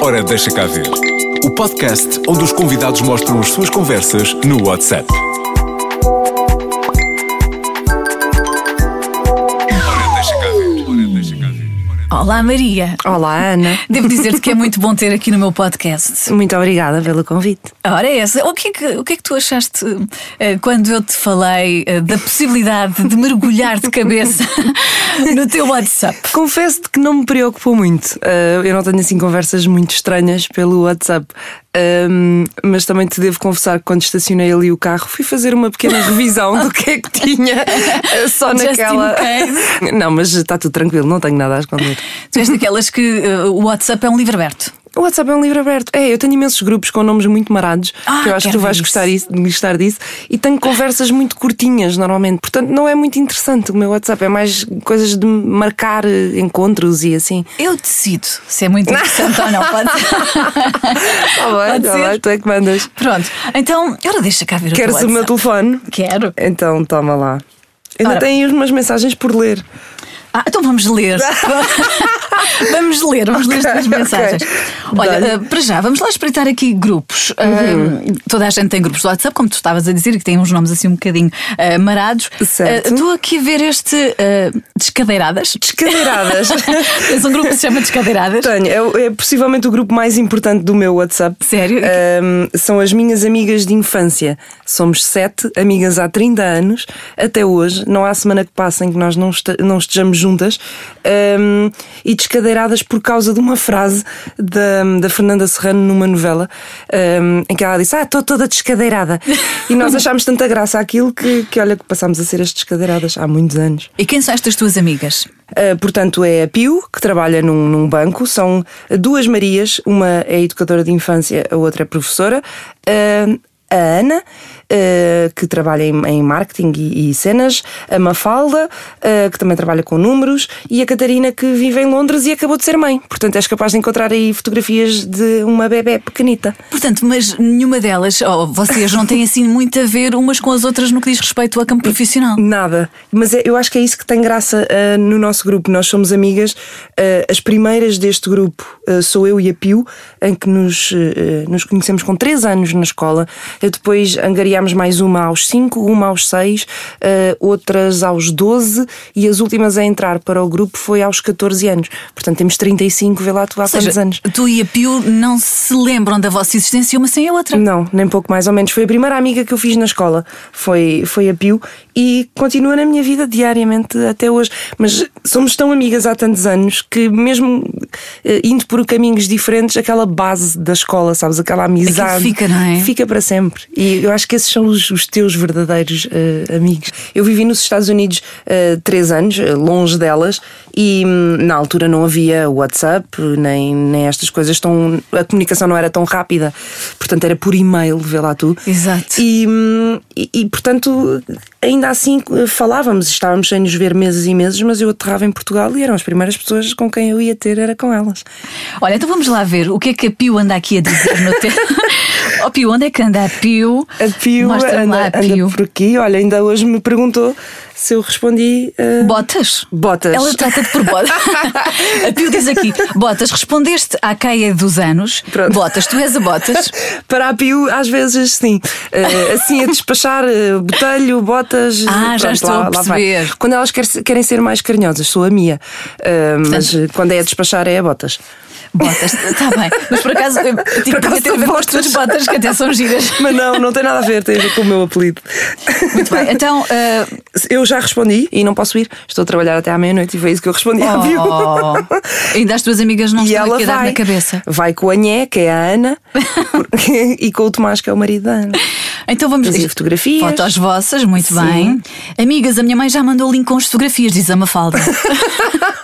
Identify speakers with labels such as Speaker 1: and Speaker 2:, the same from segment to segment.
Speaker 1: Ora, deixa cá ver. O podcast onde os convidados mostram as suas conversas no WhatsApp. Ora, deixa cá ver. Ora, deixa cá ver.
Speaker 2: Olá Maria.
Speaker 3: Olá, Ana.
Speaker 2: Devo dizer-te que é muito bom ter aqui no meu podcast.
Speaker 3: Muito obrigada pelo convite.
Speaker 2: Ora é essa. O que é que, o que, é que tu achaste eh, quando eu te falei eh, da possibilidade de mergulhar de cabeça no teu WhatsApp?
Speaker 3: Confesso-te que não me preocupou muito. Ah, eu não tenho assim conversas muito estranhas pelo WhatsApp. Ahm, mas também te devo confessar que quando estacionei ali o carro fui fazer uma pequena revisão do que é que tinha ah, só
Speaker 2: Just in
Speaker 3: naquela. Não, mas está tudo tranquilo, não tenho nada a esconder.
Speaker 2: Tu és daquelas que eh, o WhatsApp é um livro aberto.
Speaker 3: O WhatsApp é um livro aberto. É, eu tenho imensos grupos com nomes muito marados,
Speaker 2: Ah,
Speaker 3: que eu acho que
Speaker 2: quero
Speaker 3: tu vais
Speaker 2: ver
Speaker 3: gostar, isso, gostar disso, e tenho conversas muito curtinhas normalmente, portanto não é muito interessante o meu WhatsApp, é mais coisas de marcar eh, encontros e assim.
Speaker 2: Eu decido se é muito interessante ou não. Pode,
Speaker 3: Tá bem,
Speaker 2: Pode
Speaker 3: tá
Speaker 2: ser.
Speaker 3: bem, tu é que mandas.
Speaker 2: Pronto. Então, ora deixa cá ver
Speaker 3: Queres
Speaker 2: o teu
Speaker 3: o meu
Speaker 2: WhatsApp.
Speaker 3: telefone?
Speaker 2: Quero.
Speaker 3: Então toma lá.
Speaker 2: Ora.
Speaker 3: Ainda tenho umas mensagens por ler.
Speaker 2: Ah, então vamos ler. vamos ler, vamos ler estas
Speaker 3: Ok, ok.
Speaker 2: mensagens. Olha,
Speaker 3: Dá-lhe. Uhum.
Speaker 2: eh, para já, vamos lá espreitar aqui grupos. Eh, toda a gente tem grupos do WhatsApp, como tu estavas a dizer, e que têm uns nomes assim um bocadinho eh, marados.
Speaker 3: Certo.
Speaker 2: Eh, Estou aqui a ver este eh, Descadeiradas.
Speaker 3: Descadeiradas.
Speaker 2: Tens um grupo que se chama Descadeiradas.
Speaker 3: Tenho, é, o- é possivelmente o grupo mais importante do meu WhatsApp.
Speaker 2: Sério?
Speaker 3: Ah. Ahm, são as minhas amigas de infância. Somos sete amigas há 30 anos, até hoje. Não há semana que passe em que nós não, esta- não estejamos juntas Ahm, e descadeiradas por causa de uma frase da, da Fernanda Serrano numa novela ahm, em que ela disse: Ah, estou toda descadeirada. E nós achámos tanta graça àquilo que, que, olha, que passámos a ser as descadeiradas há muitos anos.
Speaker 2: E quem são estas tuas amigas?
Speaker 3: Uh, portanto, é a Pio, que trabalha num, num banco. São duas Marias, uma é educadora de infância, a outra é professora. Uh, a Ana, uh, que trabalha em, em marketing e, e cenas. A Mafalda, uh, que também trabalha com números. E a Catarina, que vive em Londres e acabou de ser mãe. Portanto, és capaz de encontrar aí fotografias de uma bebé pequenita.
Speaker 2: Portanto, mas nenhuma delas, ou vocês não têm assim muito a ver umas com as outras no que diz respeito ao campo profissional.
Speaker 3: Nada. Mas é- eu acho que é isso que tem graça ah, no nosso grupo. Nós somos amigas. Ah, as primeiras deste grupo ah, sou eu e a Pio, em que nos, eh, nos conhecemos com 3 anos na escola. Eu depois angariámos mais uma aos 5, uma aos 6, outras aos 12 e as últimas a entrar para o grupo foi aos 14 anos. Portanto, temos 35, vê lá tu há
Speaker 2: Ou seja,
Speaker 3: quantos anos.
Speaker 2: tu e a Pio não se lembram da vossa existência uma sem a outra.
Speaker 3: Não, nem pouco mais ou menos. Foi a primeira amiga que eu fiz na escola. Foi, foi a Pio e continua na minha vida diariamente até hoje. Mas somos tão amigas há tantos anos que, mesmo eh, indo por caminhos diferentes, aquela base da escola, sabes? Aquela amizade.
Speaker 2: fica, não é?
Speaker 3: Fica para sempre. E eu acho que esses são os, os teus verdadeiros eh, amigos. Eu vivi nos Estados Unidos eh, três anos, eh, longe delas, e hum, na altura não havia WhatsApp, nem, nem estas coisas tão. A comunicação não era tão rápida. Portanto, era por e-mail, vê lá tu.
Speaker 2: Exato.
Speaker 3: E, hum, e- e, portanto, ainda assim eh, falávamos, estávamos sem nos ver meses e meses, mas eu aterrava em Portugal e eram as primeiras pessoas com quem eu ia ter, era com elas.
Speaker 2: Olha, então vamos lá ver o que é que a Pio anda aqui a dizer no teu. oh, Pio, onde é que anda a Pio?
Speaker 3: A Pio
Speaker 2: Mostra-me lá
Speaker 3: anda,
Speaker 2: a
Speaker 3: anda
Speaker 2: Pio.
Speaker 3: por aqui. Olha, ainda hoje me perguntou se eu respondi. eh,
Speaker 2: Botas?
Speaker 3: Botas.
Speaker 2: Ela trata-te por botas. a Pio diz aqui: Botas, respondeste à caia dos anos.
Speaker 3: Pronto.
Speaker 2: Botas, tu és a Botas.
Speaker 3: Para a Pio, às vezes, sim. Eh, assim, a despachar eh, botelho, botas.
Speaker 2: Ah, já estou a
Speaker 3: vai.
Speaker 2: perceber.
Speaker 3: Quando elas quer- querem ser mais carinhosas, sou a Mia. Eh, mas eh, quando é a despachar, é a botas.
Speaker 2: Botas, está bem. Mas por acaso, eu- tipo,
Speaker 3: acaso
Speaker 2: podia ter a ver
Speaker 3: são
Speaker 2: com as tuas
Speaker 3: botas.
Speaker 2: botas, que até são giras.
Speaker 3: Mas não, não tem nada a ver, tem a ver com o meu apelido.
Speaker 2: Muito bem. Então, ah,
Speaker 3: Eu já respondi e não posso ir. Estou a trabalhar até à meia-noite e foi isso que eu respondi à Pio.
Speaker 2: oh, ainda as tuas amigas não
Speaker 3: E
Speaker 2: estão
Speaker 3: ela
Speaker 2: aqui a dar
Speaker 3: vai,
Speaker 2: na cabeça.
Speaker 3: vai com a Nhé, que é a Ana, porque- e com o Tomás, que é o marido da Ana.
Speaker 2: Então vamos
Speaker 3: Fazia fotografias.
Speaker 2: Fotos vossas, muito bem. Amigas, a minha mãe já mandou o link com as fotografias, diz a Mafalda.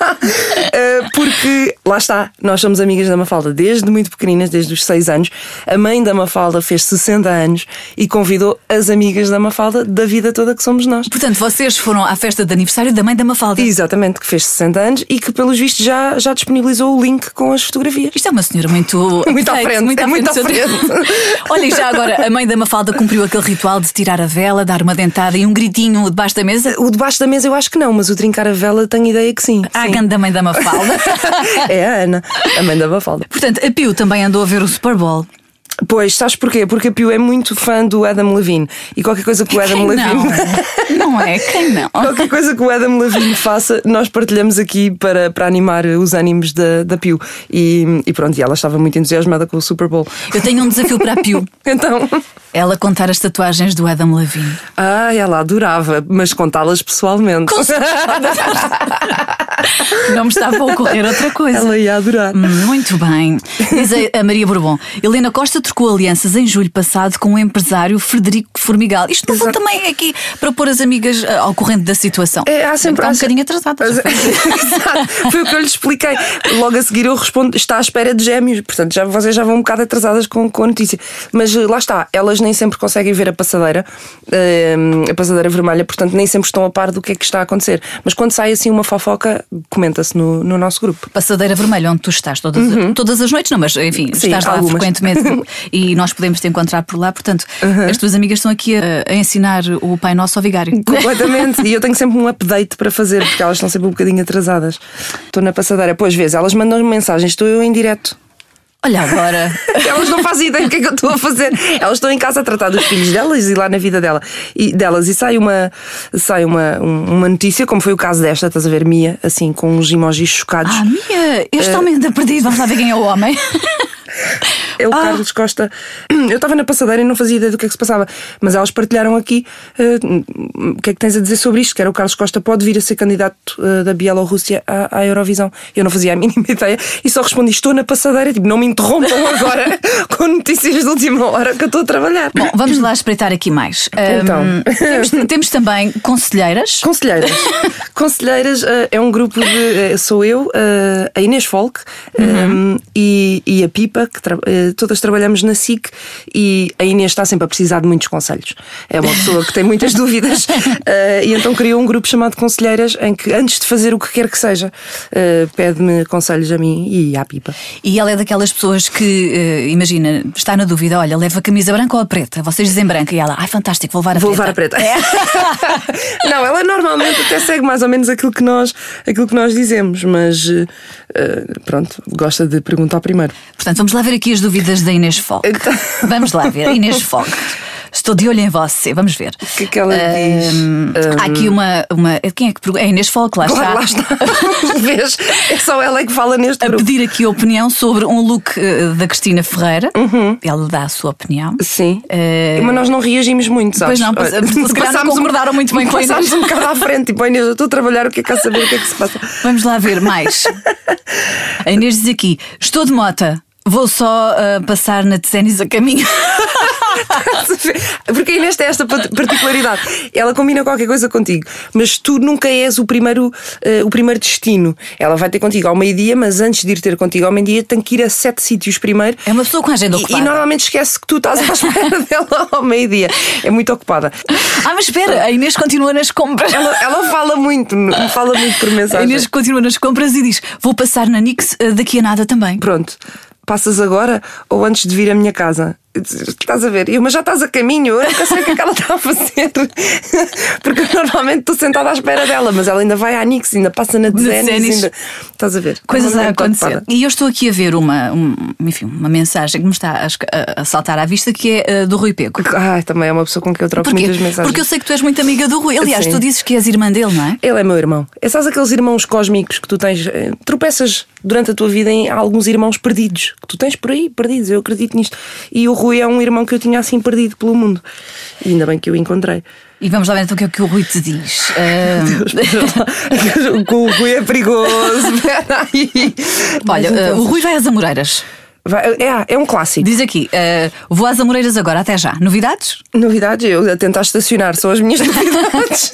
Speaker 3: Uh, porque, lá está, nós somos amigas da Mafalda desde muito pequeninas, desde os 6 anos. A mãe da Mafalda fez 60 anos e convidou as amigas da Mafalda da vida toda que somos nós.
Speaker 2: Portanto, vocês foram à festa de aniversário da mãe da Mafalda.
Speaker 3: Exatamente, que fez 60 anos e que, pelos vistos, já, já disponibilizou o link com as fotografias.
Speaker 2: Isto é uma senhora muito.
Speaker 3: Muito à
Speaker 2: update,
Speaker 3: frente, é
Speaker 2: do
Speaker 3: muito à
Speaker 2: seu tempo.
Speaker 3: frente.
Speaker 2: Olha, e já agora, a mãe da Mafalda cumpriu aquele ritual de tirar a vela, dar uma dentada e um gritinho debaixo da mesa.
Speaker 3: O debaixo da mesa eu acho que não, mas o trincar a vela tenho ideia que sim.
Speaker 2: À
Speaker 3: Sim.
Speaker 2: grande da mãe da Mafalda.
Speaker 3: é a Ana, a mãe da Mafalda.
Speaker 2: Portanto, a Pio também andou a ver o Super Bowl.
Speaker 3: Pois, sabes porquê? Porque a Pio é muito fã do Adam Levine e qualquer coisa que o Adam
Speaker 2: Quem não?
Speaker 3: Levine.
Speaker 2: Não é? Quem não?
Speaker 3: Qualquer coisa que o Adam Levine faça, nós partilhamos aqui para, para animar os ânimos da, da Pio. E, e pronto, e ela estava muito entusiasmada com o Super Bowl.
Speaker 2: Eu tenho um desafio para a Pio.
Speaker 3: Então,
Speaker 2: Ela contar as tatuagens do Adam Levine.
Speaker 3: ah, ela adorava, mas contá-las pessoalmente.
Speaker 2: Não me estava a ocorrer outra coisa.
Speaker 3: Ela ia adorar.
Speaker 2: Hum, Muito bem. Diz a- a Maria Bourbon. Helena Costa trocou alianças em julho passado com o empresário Frederico Formigal. Isto no fundo também é aqui para pôr as amigas ah, ao corrente da situação.
Speaker 3: É, há sempre-
Speaker 2: Está um
Speaker 3: há
Speaker 2: bocadinho
Speaker 3: sempre-
Speaker 2: atrasada.
Speaker 3: Mas- Exato. Foi o que eu lhe expliquei. Logo a seguir eu respondo: está à espera de gêmeos. Portanto, já, vocês já vão um bocado atrasadas com, com a notícia. Mas eh, lá está, elas nem sempre conseguem ver a passadeira, eh, a passadeira vermelha, portanto, nem sempre estão a par do que é que está a acontecer. Mas quando sai assim uma fofoca, comenta-se no, no nosso grupo.
Speaker 2: Passadeira Vermelha, onde tu estás todas, todas as noites, não, mas enfim,
Speaker 3: Uhum. Sim,
Speaker 2: estás lá
Speaker 3: algumas.
Speaker 2: frequentemente e nós podemos te encontrar por lá. Portanto,
Speaker 3: Uhum.
Speaker 2: as tuas amigas estão aqui a, a ensinar o Pai Nosso ao Vigário.
Speaker 3: Completamente. e eu tenho sempre um update para fazer, porque elas estão sempre um bocadinho atrasadas. Estou na passadeira. Pois vês, elas mandam mensagens, estou eu em direto.
Speaker 2: Olha agora.
Speaker 3: Elas não fazem ideia do que é que eu estou a fazer. Elas estão em casa a tratar dos filhos delas e lá na vida dela, e, delas. E sai, uma, sai uma, um- uma notícia, como foi o caso desta, estás a ver, Mia, assim, com uns emojis chocados.
Speaker 2: Ah, Mia, este homem anda perdido. Vamos lá ver quem é o homem.
Speaker 3: é o
Speaker 2: ah.
Speaker 3: Carlos Costa. Eu estava na passadeira e não fazia ideia do que é que se passava, mas elas partilharam aqui eh, o que é que tens a dizer sobre isto? Que era o Carlos Costa pode vir a ser candidato eh, da Bielorrússia à, à Eurovisão. Eu não fazia a mínima ideia e só respondi: estou na passadeira, tipo, não me interrompam agora com notícias de última hora que eu estou a trabalhar.
Speaker 2: Bom, vamos lá espreitar aqui mais.
Speaker 3: Então.
Speaker 2: Ahm, temos, temos também conselheiras.
Speaker 3: Conselheiras. Conselheiras eh, é um grupo de. eh, sou eu, eh, a Inês Folk eh, e, e a Pipa, que tra- eh, todas trabalhamos na SIC e a Inês está sempre a precisar de muitos conselhos. É uma pessoa que tem muitas dúvidas eh, e então criou um grupo chamado Conselheiras em que, antes de fazer o que quer que seja, eh, pede-me conselhos a mim e à Pipa.
Speaker 2: E ela é daquelas pessoas que, eh, imagina, está na dúvida, olha, leva a camisa branca ou a preta? Vocês dizem branca e ela, ai fantástico, vou levar a
Speaker 3: Vou levar a
Speaker 2: preta.
Speaker 3: preta. não, ela normalmente até segue mais ou menos aquilo que nós, aquilo que nós dizemos, mas eh, eh, pronto, gosta de perguntar primeiro.
Speaker 2: Portanto, vamos lá ver aqui as dúvidas da Inês Folk.
Speaker 3: Então.
Speaker 2: Vamos lá ver, Inês Folk. Estou de olho em você, vamos ver. O
Speaker 3: que é que ela diz?
Speaker 2: Há aqui uma, uma. Quem é que pergunta? É Inês Folk, lá
Speaker 3: Claro,
Speaker 2: está.
Speaker 3: lá está. Vês? É só ela é que fala neste
Speaker 2: A
Speaker 3: grupo.
Speaker 2: pedir aqui a opinião sobre um look eh, da Cristina Ferreira.
Speaker 3: Uhum.
Speaker 2: Ela dá a sua opinião.
Speaker 3: Sim.
Speaker 2: Eh,
Speaker 3: Mas nós não reagimos muito, sabes? um-
Speaker 2: Pois não, pois- se calhar não concordaram muito bem com a Inês.
Speaker 3: Passámos um bocado à frente, tipo, "Oh, Inês, eu estou a trabalhar, o que é que há a saber, o que é que se passa?
Speaker 2: Vamos lá ver mais. A Inês diz aqui: estou de mota, vou só ah, passar na Tsenis a caminho.
Speaker 3: Porque a Inês tem esta pat- particularidade. Ela combina qualquer coisa contigo, mas tu nunca és o primeiro, eh, o primeiro destino. Ela vai ter contigo ao meio-dia, mas antes de ir ter contigo ao meio-dia, tem que ir a sete sítios primeiro.
Speaker 2: É uma pessoa com a agenda
Speaker 3: E- E,
Speaker 2: ocupada.
Speaker 3: normalmente esquece que tu estás à espera dela ao meio-dia. É muito ocupada.
Speaker 2: Ah, mas espera, a Inês continua nas compras.
Speaker 3: Ela, ela fala muito, me fala muito por
Speaker 2: A
Speaker 3: mensagem.
Speaker 2: Inês continua nas compras e diz: vou passar na Nix ah, daqui a nada também.
Speaker 3: Pronto, passas agora ou antes de vir à minha casa? Estás a ver? Eu, mas já estás a caminho, eu nunca sei o que é que ela está a fazer. Porque eu normalmente estou sentada à espera dela, mas ela ainda vai à Nix, ainda passa na
Speaker 2: Zenis.
Speaker 3: Dezenis. Ainda... Estás a ver?
Speaker 2: Coisas a
Speaker 3: Normalmente
Speaker 2: acontecer.
Speaker 3: ocupada.
Speaker 2: E eu estou aqui a ver uma, um- enfim, uma mensagem que me está a, esca- a- a saltar à vista que é ah, do Rui Peco.
Speaker 3: Ai, também é uma pessoa com quem eu troco
Speaker 2: Porquê?
Speaker 3: muitas mensagens.
Speaker 2: Porque eu sei que tu és muito amiga do Rui. Aliás,
Speaker 3: Sim.
Speaker 2: tu dizes que és irmã dele, não é?
Speaker 3: Ele é meu irmão. É sabes aqueles irmãos cósmicos que tu tens. eh, Tropeças durante a tua vida em alguns irmãos perdidos que tu tens por aí, perdidos. Eu acredito nisto. E o Rui é um irmão que eu tinha assim perdido pelo mundo. E ainda bem que o encontrei.
Speaker 2: E vamos lá ver então o que é que o Rui te diz. Ah,
Speaker 3: o Rui é perigoso.
Speaker 2: Olha, eh,
Speaker 3: então,
Speaker 2: o Rui vai às Amoreiras.
Speaker 3: é, é um clássico.
Speaker 2: Diz aqui, eh, vou às Amoreiras agora, até já. Novidades?
Speaker 3: Novidades, eu a tentar estacionar, são as minhas novidades.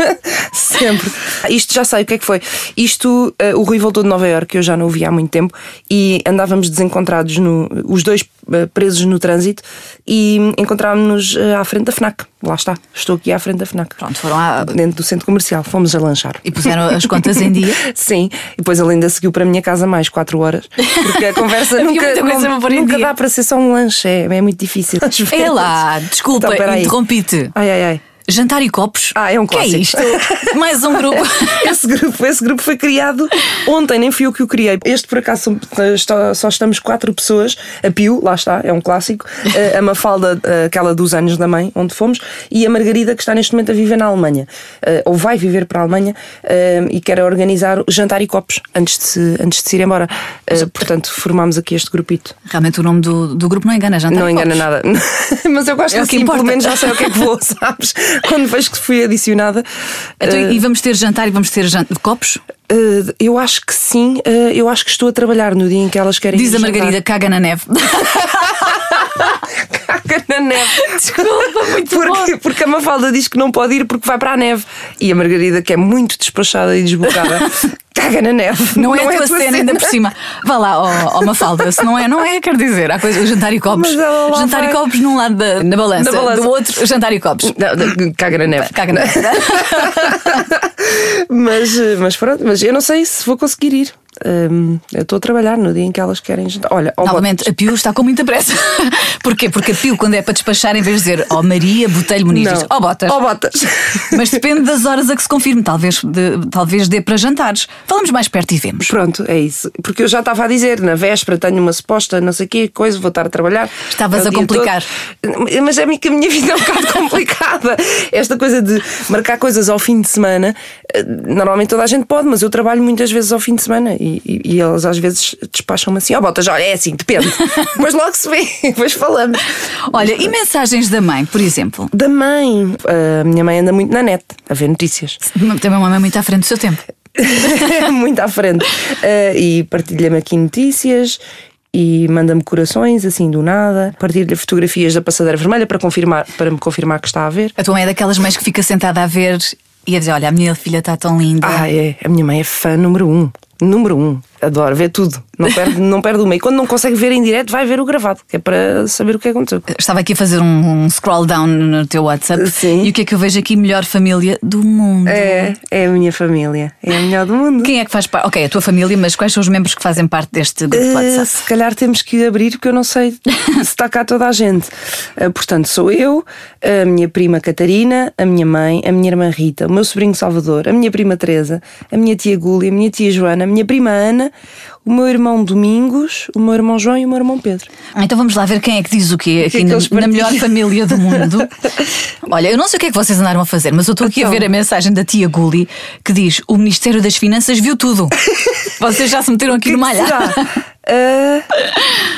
Speaker 3: Sempre. Isto já sei o que é que foi. Isto, eh, o Rui voltou de Nova Iorque, eu já não o vi há muito tempo, e andávamos desencontrados, no, os dois eh, presos no trânsito, e encontrámos-nos eh, à frente da FNAC. Lá está, estou aqui à frente da FNAC.
Speaker 2: Pronto, foram à...
Speaker 3: Dentro do centro comercial, fomos a lanchar.
Speaker 2: E puseram as contas em dia.
Speaker 3: Sim, e depois ele ainda seguiu para a minha casa mais 4 horas, porque a conversa
Speaker 2: Havia
Speaker 3: nunca,
Speaker 2: muita coisa
Speaker 3: não-
Speaker 2: para pôr em
Speaker 3: nunca
Speaker 2: dia.
Speaker 3: dá para ser só um lanche, é, é muito difícil.
Speaker 2: É lá, desculpa,
Speaker 3: Então, peraí.
Speaker 2: interrompi-te.
Speaker 3: Ai, ai, ai.
Speaker 2: Jantar e copos.
Speaker 3: Ah, é um
Speaker 2: que é
Speaker 3: clássico.
Speaker 2: isto? Mais um grupo.
Speaker 3: Esse grupo, esse grupo foi criado ontem, nem fui eu que o criei. Este, por acaso, são- eh, está- só estamos quatro pessoas. A Pio, lá está, é um clássico. A- A Mafalda, eh, aquela dos anos da mãe, onde fomos. E a Margarida, que está neste momento a viver na Alemanha. eh, Ou vai viver para a Alemanha eh, e quer organizar o jantar e copos antes de se, antes de se ir embora. Eh, Portanto, formámos aqui este grupito.
Speaker 2: Realmente o nome do, do grupo não engana, jantar
Speaker 3: Não
Speaker 2: Então e
Speaker 3: engana
Speaker 2: copos.
Speaker 3: nada. Mas eu gosto
Speaker 2: É o que
Speaker 3: assim, pelo
Speaker 2: importa.
Speaker 3: menos já sei o que é que vou, sabes? Quando vejo que fui adicionada.
Speaker 2: Então,
Speaker 3: eh,
Speaker 2: e vamos ter jantar e vamos ter jan- copos?
Speaker 3: Uh, eu acho que sim, uh, eu acho que estou a trabalhar no dia em que elas querem
Speaker 2: Diz
Speaker 3: ir
Speaker 2: a Margarida, caga na neve.
Speaker 3: jantar. Caca na neve.
Speaker 2: Desculpa, muito
Speaker 3: Porque, porque a Mafalda diz que não pode ir porque vai para a neve. E a Margarida, que é muito despachada e desbocada, caga na neve.
Speaker 2: Não, é a tua cena, ainda por cima. Vá lá, ó, ó Mafalda, se não é, não é, quer dizer. Há coisa, jantar e copos.
Speaker 3: Mas ela lá
Speaker 2: Jantar e
Speaker 3: vai.
Speaker 2: copos num lado da, na balança,
Speaker 3: Da balança.
Speaker 2: do outro, jantar e copos.
Speaker 3: Não, não, caga na neve.
Speaker 2: Caga na neve.
Speaker 3: mas, uh, mas pronto, mas eu não sei se vou conseguir ir. Um, eu estou a trabalhar no dia em que elas querem jantar. Olha, ao
Speaker 2: Novamente, a Pio está com muita pressa. Porquê? Porque a Pio, quando é para despachar, em vez de dizer ó Maria, Botelho Muniz, diz ó Botas.
Speaker 3: Ó botas.
Speaker 2: Mas depende das horas a que se confirme. Talvez, de- talvez dê para jantares. Falamos mais perto e vemos.
Speaker 3: Pronto, é isso. Porque eu já estava a dizer, na véspera tenho uma suposta, não sei o quê, coisa, vou estar a trabalhar.
Speaker 2: Estavas
Speaker 3: É o
Speaker 2: a
Speaker 3: dia
Speaker 2: complicar.
Speaker 3: todo. Mas é que a minha vida é um bocado complicada. Esta coisa de marcar coisas ao fim de semana, eh, normalmente toda a gente pode, mas eu trabalho muitas vezes ao fim de semana e, e, e elas às vezes despacham-me assim: ó, botas, olha, é assim, depende. Mas logo se vê, depois falamos.
Speaker 2: Olha, e mensagens da mãe, por exemplo?
Speaker 3: Da mãe, eh, a minha mãe anda muito na net a ver notícias.
Speaker 2: Também uma mãe muito à frente do seu tempo.
Speaker 3: muito à frente. Eh, e partilha-me aqui notícias e manda-me corações, assim do nada. Partilha fotografias da passadeira vermelha para, confirmar, para me confirmar que está a ver.
Speaker 2: A tua mãe é daquelas mães que fica sentada a ver e a dizer: Olha, a minha filha está tão linda.
Speaker 3: Ah, é. A minha mãe é fã número um. Número um. Adoro, vê tudo. Não perde, não perde uma. E quando não consegue ver em direto, vai ver o gravado, que é para saber o que aconteceu.
Speaker 2: Estava aqui a fazer um, um scroll down no teu WhatsApp
Speaker 3: Sim.
Speaker 2: e o que é que eu vejo aqui? Melhor família do mundo.
Speaker 3: É, é a minha família. É a melhor do mundo.
Speaker 2: Quem é que faz parte? Ok, a tua família, mas quais são os membros que fazem parte deste grupo de
Speaker 3: Eh,
Speaker 2: WhatsApp?
Speaker 3: se calhar temos que abrir, porque eu não sei se está cá toda a gente. Eh, portanto, sou eu, a minha prima Catarina, a minha mãe, a minha irmã Rita, o meu sobrinho Salvador, a minha prima Teresa, a minha tia Gúlia, a minha tia Joana, a minha prima Ana, o meu irmão Domingos, o meu irmão João e o meu irmão Pedro.
Speaker 2: Ah, Então vamos lá ver quem é que diz o quê aqui
Speaker 3: que é que
Speaker 2: na,
Speaker 3: eles
Speaker 2: na
Speaker 3: partilham?
Speaker 2: melhor família do mundo. Olha, eu não sei o que é que vocês andaram a fazer, mas eu estou aqui a
Speaker 3: Então.
Speaker 2: ver a mensagem da tia Guli que diz: O Ministério das Finanças viu tudo. Vocês já se meteram aqui
Speaker 3: Que
Speaker 2: numa
Speaker 3: que
Speaker 2: alhada.
Speaker 3: será? Ah,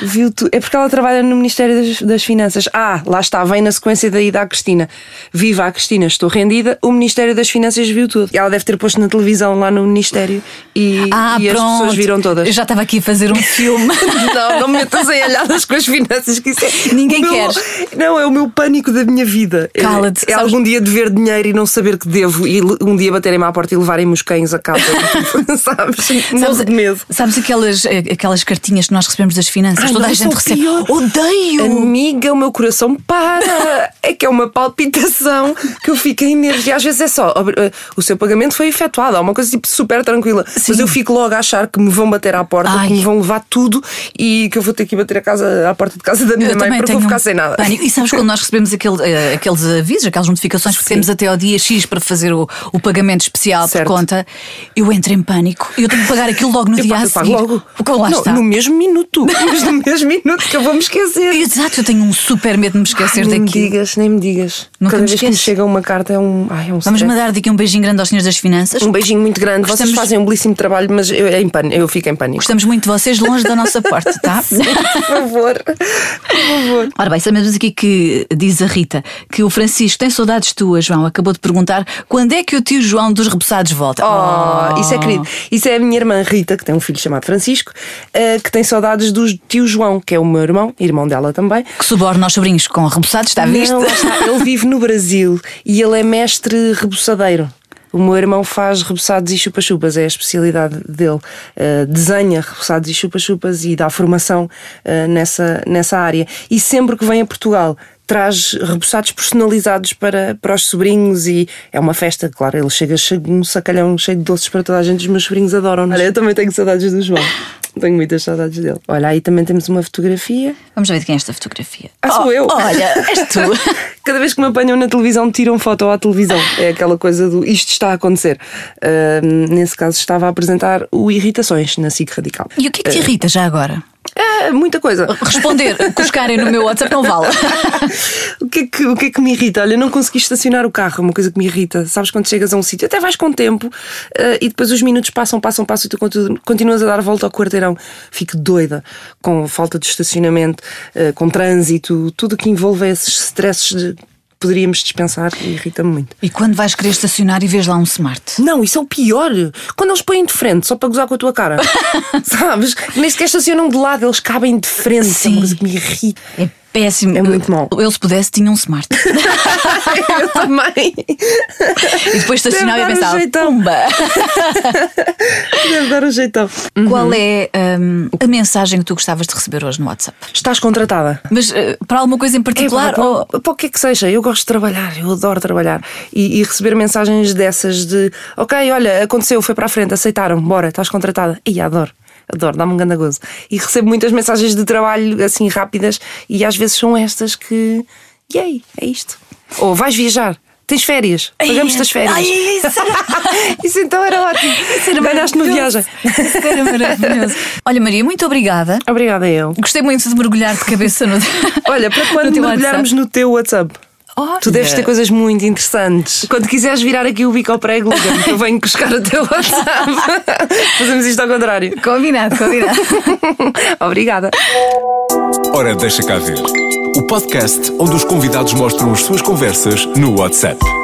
Speaker 3: viu tu? É porque ela trabalha no Ministério das, das Finanças. Ah, lá está, vem na sequência daí da Cristina. Viva a Cristina, estou rendida. O Ministério das Finanças viu tudo. Ela deve ter posto na televisão lá no Ministério e,
Speaker 2: Ah,
Speaker 3: e as
Speaker 2: pronto.
Speaker 3: pessoas viram todas.
Speaker 2: Eu já estava aqui a fazer um filme.
Speaker 3: Não, não me metas em alhadas com as finanças que isso é.
Speaker 2: Ninguém
Speaker 3: o meu- Não, é o meu pânico da minha vida. É-
Speaker 2: Cala-te,
Speaker 3: É,
Speaker 2: sabes-
Speaker 3: algum dia dever dinheiro e não saber que devo e le- um dia baterem-me à porta e levarem-me os cães a casa. sabes? Morro de medo.
Speaker 2: sabes aquelas, eh, aquelas cartinhas que nós recebemos das finanças?
Speaker 3: Ai,
Speaker 2: Toda a
Speaker 3: não,
Speaker 2: gente
Speaker 3: sou
Speaker 2: recebe.
Speaker 3: pior.
Speaker 2: Odeio!
Speaker 3: Amiga, o meu coração para. É que é uma palpitação que eu fico em nervos. E às vezes é só. ob- eh, O seu pagamento foi efetuado. Há uma coisa tipo super tranquila. Mas eu fico logo a achar que me vão bater à porta,
Speaker 2: Ai.
Speaker 3: que me vão levar tudo e que eu vou ter que ir bater a casa, à porta de casa da minha mãe porque vou ficar sem nada.
Speaker 2: um pânico. E sabes quando nós recebemos aquele, eh, aqueles avisos, aquelas notificações que temos até ao dia X para fazer o, o pagamento especial
Speaker 3: Certo.
Speaker 2: por conta, eu entro em pânico. Eu tenho que pagar aquilo logo no
Speaker 3: Eu
Speaker 2: dia
Speaker 3: pago-
Speaker 2: a
Speaker 3: eu pago
Speaker 2: seguir.
Speaker 3: logo.
Speaker 2: Porque lá
Speaker 3: Não,
Speaker 2: está.
Speaker 3: No mesmo minuto. Mas no mesmo minuto que eu vou me esquecer.
Speaker 2: Exato, eu tenho um super medo de me esquecer
Speaker 3: Ai, nem me
Speaker 2: daquilo.
Speaker 3: digas, nem me digas.
Speaker 2: Nunca
Speaker 3: Cada
Speaker 2: me
Speaker 3: vez que me
Speaker 2: esqueço.
Speaker 3: chega uma carta é um. Ai, é um
Speaker 2: Vamos
Speaker 3: stress.
Speaker 2: mandar daqui um beijinho grande aos senhores das finanças.
Speaker 3: Um beijinho muito grande. Vocês
Speaker 2: Gostamos-
Speaker 3: fazem um belíssimo trabalho, mas eu, é em pânico. eu fico em pânico.
Speaker 2: Gostamos muito de vocês, longe da nossa porta, tá?
Speaker 3: Por favor.
Speaker 2: Ora bem, sabemos aqui que diz a Rita que o Francisco tem saudades tuas, João. Acabou de perguntar quando é que o tio João dos Repousados volta.
Speaker 3: Oh, isso é querido. Isso é a minha irmã Rita, que tem um filho chamado Francisco, eh, que tem saudades do tio João, que é o meu irmão, irmão dela também.
Speaker 2: Que suborna aos sobrinhos com repousados, está a visto?
Speaker 3: Não, lá está. Ele vive no Brasil e ele é mestre reboçadeiro. O meu irmão faz reboçados e chupa-chupas, é a especialidade dele. Eh, desenha reboçados e chupa-chupas e dá formação eh, nessa, nessa área. E sempre que vem a Portugal, traz reboçados personalizados para, para os sobrinhos e é uma festa, claro. Ele chega, chega um sacalhão cheio de doces para toda a gente, os meus sobrinhos adoram-nos. Olha, eu também tenho saudades do João. Tenho muitas saudades dele. Olha, aí também temos uma fotografia.
Speaker 2: Vamos ver de quem é esta fotografia. Oh,
Speaker 3: Ah, sou eu.
Speaker 2: Olha, és tu.
Speaker 3: Cada vez que me apanham na televisão, tiram foto à televisão. É aquela coisa do isto está a acontecer. Ah, nesse caso, estava a apresentar o Irritações na SIC Radical.
Speaker 2: E o que é que te irrita já agora?
Speaker 3: Ah, muita coisa.
Speaker 2: Responder, cuscarem no meu WhatsApp não vale.
Speaker 3: o, que é que, o que é que me irrita? Olha, não consegui estacionar o carro, é uma coisa que me irrita. Sabes quando chegas a um sítio, até vais com tempo eh, e depois os minutos passam, passam, passam e tu contu- continuas a dar volta ao quarteirão. Fico doida com falta de estacionamento, eh, com trânsito, tudo o que envolve esses stresses de- poderíamos dispensar e irrita-me muito.
Speaker 2: E quando vais querer estacionar e vês lá um smart?
Speaker 3: Não, isso é o pior. Quando eles põem de frente só para gozar com a tua cara. Sabes? Nem sequer estacionam de lado, eles cabem de frente. É
Speaker 2: Sim.
Speaker 3: uma coisa que me irrita.
Speaker 2: É péssimo.
Speaker 3: É muito mau.
Speaker 2: Eu, se pudesse, tinha um smart.
Speaker 3: Eu também.
Speaker 2: E depois estacionava e
Speaker 3: Deve dar um
Speaker 2: pensava:
Speaker 3: jeitão.
Speaker 2: pumba!
Speaker 3: Deve dar um jeitão.
Speaker 2: Qual é hum, a mensagem que tu gostavas de receber hoje no WhatsApp?
Speaker 3: Estás contratada.
Speaker 2: Mas eh, para alguma coisa em particular? oh,
Speaker 3: para,
Speaker 2: ou-
Speaker 3: para, o que é que seja, eu gosto de trabalhar, eu adoro trabalhar. E, e receber mensagens dessas de ok, olha, aconteceu, foi para a frente, aceitaram, bora, estás contratada. E adoro. Adoro, dá-me um grande gozo. E recebo muitas mensagens de trabalho assim rápidas e às vezes são estas que. Yay, é isto. Ou vais viajar, tens férias, pagamos-te as férias.
Speaker 2: Ai, é isso
Speaker 3: Isso então era ótimo.
Speaker 2: era
Speaker 3: Ganhaste uma
Speaker 2: maravilhoso.
Speaker 3: viagem.
Speaker 2: Isso era maravilhoso. Olha, Maria, muito obrigada.
Speaker 3: Obrigada, eu.
Speaker 2: Gostei muito de mergulhar de cabeça no.
Speaker 3: Olha, para
Speaker 2: no Oh,
Speaker 3: quando
Speaker 2: teu
Speaker 3: mergulharmos no teu WhatsApp.
Speaker 2: WhatsApp.
Speaker 3: Tu deves
Speaker 2: Olha.
Speaker 3: ter coisas muito interessantes. Quando quiseres virar aqui o bico ao prego, liga-me que eu venho buscar o teu WhatsApp. Fazemos isto ao contrário.
Speaker 2: Combinado, combinado.
Speaker 3: Obrigada.
Speaker 1: Ora, deixa cá ver. O podcast onde os convidados mostram as suas conversas no WhatsApp.